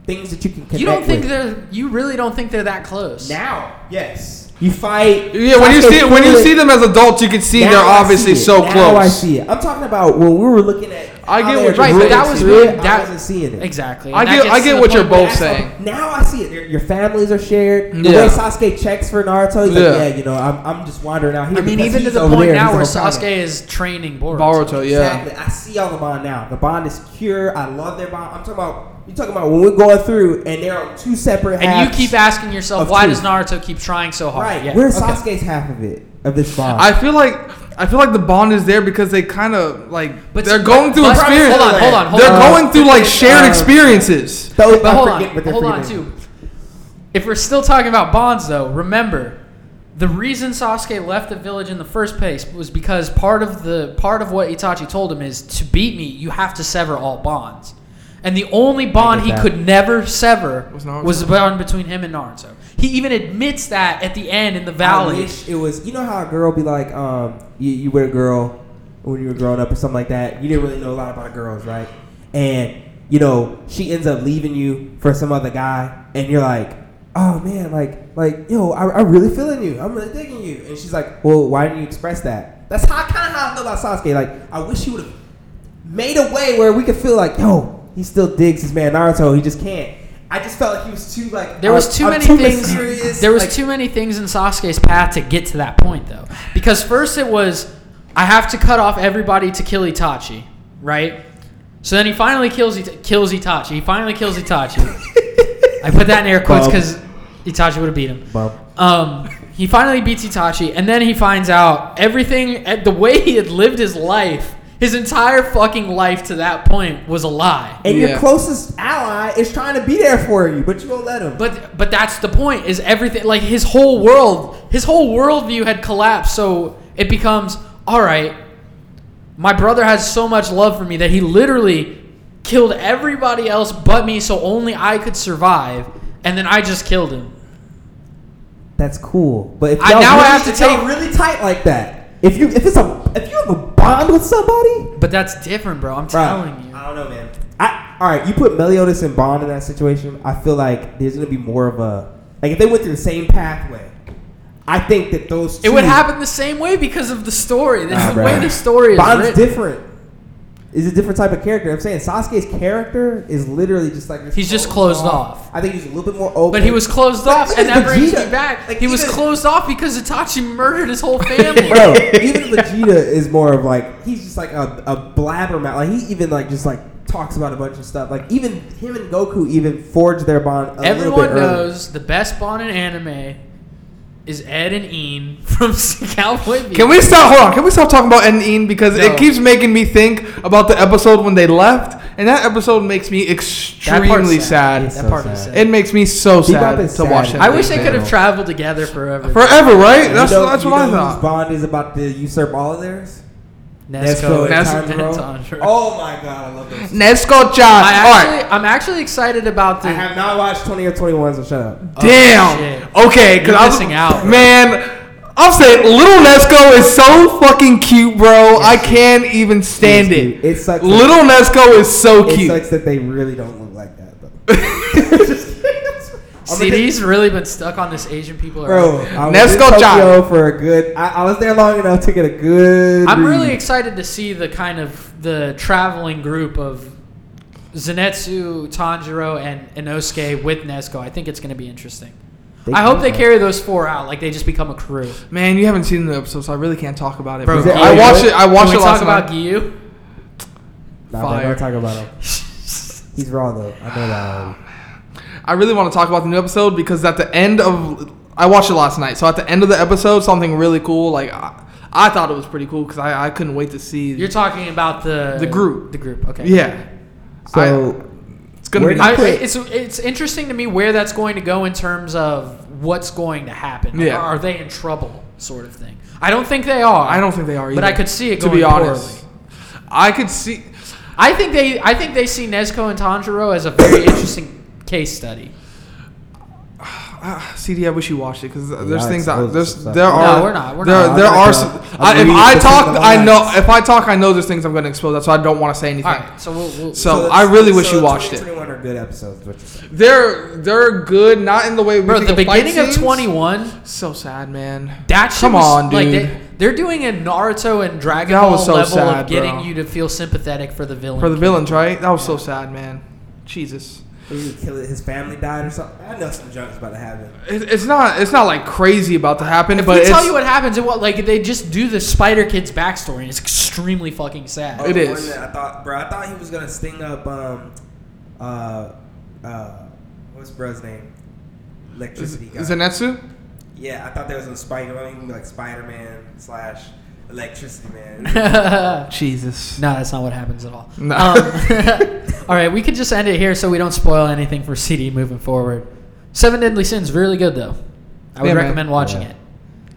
things that you can connect.
You don't think
with.
they're you really don't think they're that close.
now? Yes, you fight.
yeah, when you
Sasuke
see when you
Krillin-
see them as adults, you can see
Now
they're
I
obviously
see it.
so
now
close.
I see it. I'm talking about when we were looking at.
I
how
get
they
what
were
Right,
you're
but
saying.
that
related
was
to
really
it, I
that
wasn't seeing it.
Exactly.
I
And that
get-
gets
I
to
get
the
what you're
point where-
both
That's
saying.
all- Now I see it. Your, your families are shared.
Yeah.
The way Sasuke checks for Naruto, he's
Yeah.
like, yeah, you know, I'm, I'm just wandering out here.
I mean,
because
even to
he's
the
over
point
there,
now
he's
where
Hokage.
Sasuke is training Boruto.
Boruto, yeah.
Exactly. I see all the bond now. The bond is pure. I love their bond. I'm talking about you talking about when we're going through and they're on two separate
And
halves.
you keep asking yourself,
of
why
two.
does Naruto keep trying so hard?
right.
Yeah.
Where's
okay.
Sasuke's half of it of this bond?
I feel like I feel like the bond is there because they kind of like
But-
they're going through
but-
experience.
Hold on, hold on, hold
they're
on.
going through like shared
Uh,
experiences.
Though
But
I
hold
forget what
on,
they're
hold on
forgetting.
too. If we're still talking about bonds, though, remember the reason Sasuke left the village in the first place was because part of the part of what Itachi told him is to beat me, you have to sever all bonds, and the only bond
get
he
that.
could never sever
Was
was,
Naruto.
the bond between him and Naruto. He even admits that at the end in the
I
valley.
wish it was. You know how a girl be like, um, you, you were a girl when you were growing up or something like that. You didn't really know a lot about girls, right? And you know she ends up leaving you for some other guy, and you're like, oh man, like like yo, I, I really feeling you. I'm really digging you. And she's like, well, why didn't you express that? That's how kind of how I feel about Sasuke. Like I wish he would have made a way where we could feel like, yo, he still digs his man Naruto. He just can't. I just felt like he was too like
There was
I'm-
too
I'm
many things.
mysterious,
There was
like-
too many things in Sasuke's path to get to that point, though. Because first it was, I have to cut off everybody to kill Itachi, right? So then he finally kills It- kills Itachi. He finally kills Itachi. I put that in air quotes
Bump.
because Itachi would have beat him.
Bump.
Um, he finally beats Itachi, and then he finds out everything. eh, The way he had lived his life, his entire fucking life to that point, was a lie.
And
Yeah.
your closest ally is trying to be there for you, but you won't let him.
But but that's the point. Is everything like his whole world? His whole worldview had collapsed. So it becomes all right. My brother has so much love for me that he literally killed everybody else but me, so only I could survive. And then I just killed him.
That's cool. But if
I-
y'all
now I
really,
have to
if y'all
take-
really tight like that. If you if it's a if you have a bond with somebody,
But that's different, bro. I'm telling you.
I don't know, man. I, all right, you put Meliodas and Bond in that situation. I feel like there's gonna be more of a like if they went through the same pathway. I think that those two,
It would happen the same way because of the story. That's
Nah,
the
bro.
way the story is
Bond's
written.
different. Is a different type of character. I'm saying Sasuke's character is literally just like this
He's just closed off.
I think he's a little bit more open.
But he was closed
Like,
off,
even
and that brings me
Vegeta-
back.
like,
he was
even-
closed off because Itachi murdered his whole family.
Bro, even Vegeta is more of like he's just like a, a blabbermouth. Like he even like just like talks about a bunch of stuff. Like even him and Goku even forged their bond. A
Everyone
little bit early.
knows the best Bond in anime is Ed and Een from Cowboy Bebop.
Can we stop? Hold on. Can we stop talking about Ed and Ean because
No.
it keeps making me think about the episode when they left, and that episode makes me
That part's
extremely sad.
That
So
part is
sad.
sad.
It makes me so sad to
is
watch that.
sad.
I wish they
thing.
could have traveled together forever.
forever, right? That's
You know-
that's
you
what I
know whose
thought.
Bond is about to usurp all of theirs.
Nesco,
Nesco.
and Tanjiro.
Oh my god, I love those.
Nesco
I
John. All right.
actually, I'm actually excited about the.
Oh, I have not watched twenty or twenty one, so shut up.
Oh, Damn. Okay,
You're
because I'm
missing out, bro.
Man, I'll say it, little Nesco is so fucking cute, bro. I can't even stand
It's cute.
it.
It sucks.
Little Nesco is so
that, it
cute.
sucks that they really don't look like that though.
CD's really been stuck on this Asian people.
Bro,
around.
I was
Let's
in
go, John.
Tokyo for a good. I, I was there long enough to get a good.
I'm
read.
really excited to see the kind of the traveling group of Zenetsu, Tanjiro, and Inosuke with Nesco. I think it's going to be interesting.
They
I hope
can,
they
bro.
carry those four out, like they just become a crew.
Man, you haven't seen the episode, so I really can't talk about it.
Bro,
Bro,
Is it
I
Gyu?
watched it. I watched
Can
it
we talk
last
about
night.
Gyu?
Nah, bro,
Fire.
don't talk about him. He's raw though. I know that. already.
I really want to talk about the new episode because at the end of I watched it last night. So at the end of the episode, something really cool. Like I, I thought it was pretty cool because I, I couldn't wait to see.
You're talking about the
The group.
The group. Okay.
yeah,
So
it's gonna
Where
be.
did-
I,
Put-
it's it's interesting to me where that's going to go in terms of what's going to happen. Like,
Yeah.
Are they in trouble, sort of thing? I don't think they are.
I don't think they are either.
But I could see it
to
going
be honest. I could see.
I think they I think they see Nezuko and Tanjiro as a very interesting case study.
Ah, CD, I wish you watched it because there's
not
things that
exposed
there's
to stuff.
there
No,
are
we're not, we're
there
not.
there
I'm
are
not
some,
gonna-
I,
I'm
if
reading
I
the
talk
fucking
I know
lines.
if I talk I know there's things I'm gonna expose that's why I don't want to say anything.
All right. So we'll, we'll
So, I really wish you watched it.
21 are good episodes. is What you're saying.
They're they're good, not in the way we
Bro,
think
the
of fight
beginning of
scenes.
21,
So sad, man.
that shit
Come
was-
on,
like
dude.
they, they're doing a Naruto and Dragon
That
Ball
was so
level
sad,
of getting
bro.
you to feel sympathetic for the villain.
For the villains, right? That was so sad, man. Jesus.
He would kill it. His family died or something. I know some junk's about to happen.
It, it's not it's not like crazy about to happen,
If
but
we
it's,
tell you what happens, it what like they just do the Spider Kid's backstory, and it's extremely fucking sad.
It
the
is.
Oh, one that I thought, bro. I thought he was gonna sting up. Um, uh, uh, what's bro's name?
is,
Electricity guy.
Zenetsu?
yeah, I thought there was a spider. I mean, like Spider Man slash Electricity Man.
Oh,
no,
Jesus.
that's not what happens at all.
No.
Um, all right, we could just end it here so we don't spoil anything for CD moving forward. Seven Deadly Sins, really good though. I would
Yeah, man.
recommend watching
Yeah.
it.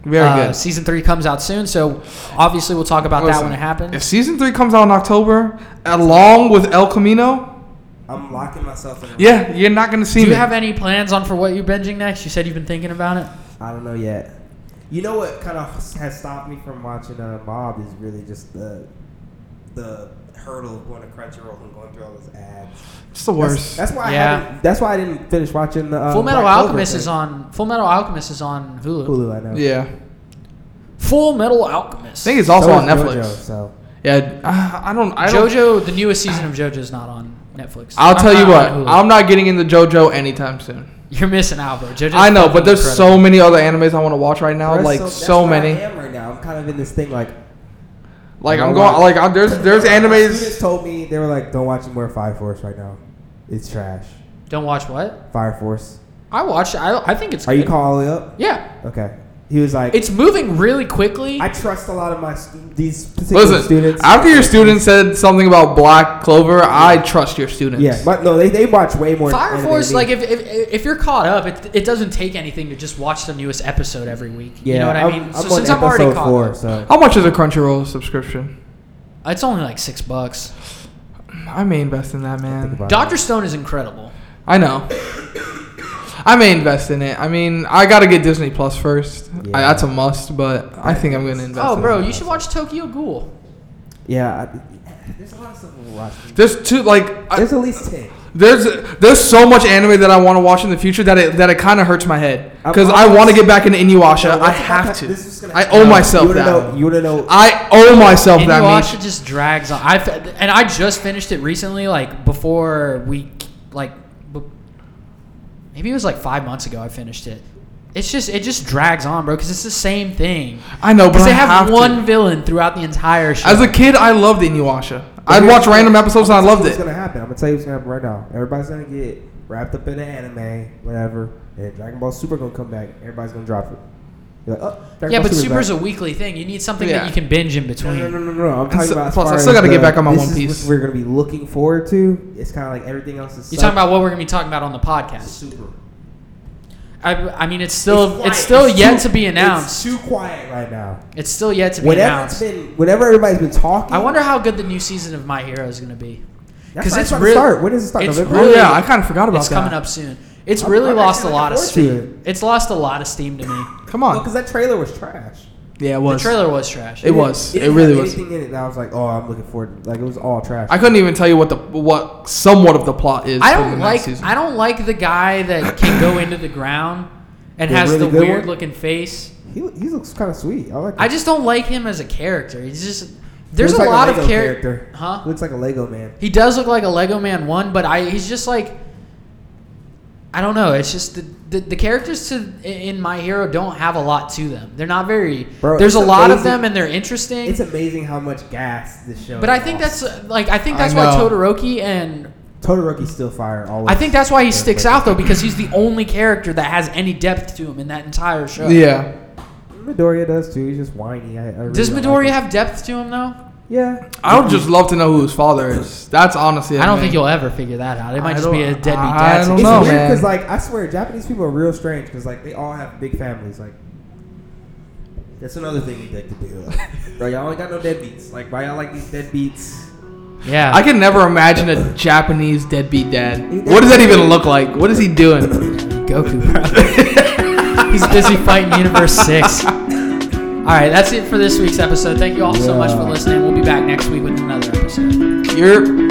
Very
Uh,
good.
Season three comes out soon, so obviously we'll talk about that
Listen,
when it happens.
If season three comes out in October, along with El Camino,
I'm locking myself in. a-
yeah, you're not gonna see
Do you
me.
have any plans on for what you're binging next? You said you've been thinking about it.
I don't know yet. You know what kind of has stopped me from watching uh, Mob is really just the the hurdle of going to Crunchyroll and going through all those ads.
it's the
That's,
worst.
that's why
Yeah.
I haven't, that's why I didn't finish watching the uh,
Full Metal
Black Clover
Alchemist is
thing.
on. Full Metal Alchemist is on Hulu.
Hulu. I know.
yeah,
Full Metal Alchemist.
I think it's also
So
on
is
Netflix.
JoJo, so
Yeah, uh, I, I don't. I don't.
JoJo, the newest season of JoJo's not on Netflix.
I'll tell you
Not on
what.
Hulu.
I'm not getting into JoJo anytime soon.
You're missing out, bro. JoJo's
I know, but
fucking
there's
incredible.
so many other animes I want to watch right now.
Bro,
like so,
that's where
many.
I am right now. I'm kind of in this thing like
Like
You
I'm
know
going.
what?
Like I, there's there's
My students
animes.
told me they were like, don't watch any more Fire Force right now. It's trash.
Don't watch what
Fire Force.
I watched. it. I I think it's.
Are you
good.
calling up?
Yeah,
Okay. He was like,
it's moving really quickly.
I trust a lot of my stu- these particular
Listen,
students.
after your student said something about Black Clover, I trust your students.
Yeah, but no, they, they watch way more.
Fire
anime
Force,
than
like
me.
if, if if you're caught up, it, it doesn't take anything to just watch the newest episode every week. you know what I mean?
I'm,
so
I'm
since
on
I'm already
episode
caught
four,
up,
so
How much is a Crunchyroll subscription?
it's only like six bucks.
I may invest in that, man.
about it.
Doctor Stone is incredible.
I know. I may invest in it. I mean, I gotta get Disney Plus first.
Yeah.
I, that's a must, but I think I'm gonna invest.
Oh,
in
bro,
it.
you should watch Tokyo Ghoul.
yeah, I, There's a lot of stuff we'll watch.
There's two like I,
There's at least ten.
there's there's so much anime that I want to watch in the future that it that it kind of hurts my head
I'm
because I want to
almost-
get back into Inuyasha.
No,
I
what's about
have
that- this is
to.
gonna
I
happen.
owe
No,
myself
you wanna
that.
Know, you want to know?
I owe myself that.
Inuyasha
meat.
just drags on. I fe- and I just finished it recently, like before we, like, b- maybe it was like five months ago. I finished it. It's just it just drags on, bro, because it's the same thing.
I know, but
Because they
I
have,
have to.
one villain throughout the entire show.
As a kid, I loved Inuyasha. I'd watch random episodes and I loved
It's gonna
it.
happen. I'm gonna tell you what's gonna happen right now. Everybody's gonna get wrapped up in the anime, whatever. And Dragon Ball Super gonna come back. Everybody's gonna drop it. You're like, oh, Dragon
yeah,
Ball
but
Super's
Super's
back.
a weekly thing. You need something
Yeah.
that you can binge in between.
No, no, no, no, no. I'm talking
so-
about. as
plus, I
far
still
as
gotta get
the-
back on my
this
One
is
Piece.
what we're gonna be looking forward to. It's kind of like everything else is.
You're talking about what we're gonna be talking about on the podcast.
Super.
I, I mean, it's still it's,
quiet.
still
It's
yet
too-
to be announced.
It's too quiet right now.
It's still yet to be
Whenever
announced.
it's been, whenever everybody's been talking.
I wonder how good the new season of My Hero is gonna be.
That's
'cause
not-
it's
not
real-
start. When does it start?
it's
November.
real-
Oh
Really?
yeah, I kind of forgot about
It's
that.
coming up soon. It's
I'm-
really
I'm
lost a
actually
lot of
looking forward to
steam. It's lost a lot of steam to me.
Come
Well,
on.
because that trailer was trash.
yeah, it
the
was.
trailer was trash.
It was. It
didn't
really
have
was.
Anything in it that I was like, oh, I'm looking forward. to Like it was all trash.
I couldn't even tell you what the what somewhat of the plot is.
I
for
don't
the next
like.
Season.
I don't like the guy that can go into the ground and
The
has
really
the
good one?
weird looking face.
he, he looks kind of sweet. I like.
I
him.
just don't like him as a character. He's just
He
there's a
looks like
lot of
Lego
char-
He
Huh?
Looks like a Lego man.
He does look like a Lego Man one, but I he's just like I don't know. It's just the, the, the characters to in My Hero don't have a lot to them. They're not very.
Bro,
there's a
it's
lot of
amazing.
them, and they're interesting.
It's amazing how much gas this show.
But I think
lost.
that's uh, like I think
I
that's why
know.
Todoroki and
Todoroki's still fire. Always.
I think that's why he
Yeah,
sticks
but-
out though because he's the only character that has any depth to him in that entire show.
Yeah.
Midoriya does too. He's just whiny. I, I really
Does
don't
Midoriya
like him.
have depth to him though?
Yeah.
I would just love to know who his father is. That's honestly.
I don't
man.
think you'll ever figure that out. It might
I
just be a
don't-
deadbeat
I
dad.
don't
It's
know,
weird
man.
because like I swear Japanese people are real strange because like they all have big families. Like that's another thing we like to do. Like, bro, y'all ain't got no deadbeats. Like why y'all like these deadbeats?
Yeah.
I can never imagine a Japanese deadbeat dad.
He-
What does that even look like? What is he doing?
Goku, bro. He's busy fighting Universe 6. All right, that's it for this week's episode. Thank you all so much for
Yeah.
listening. We'll be back next week with another episode.
You're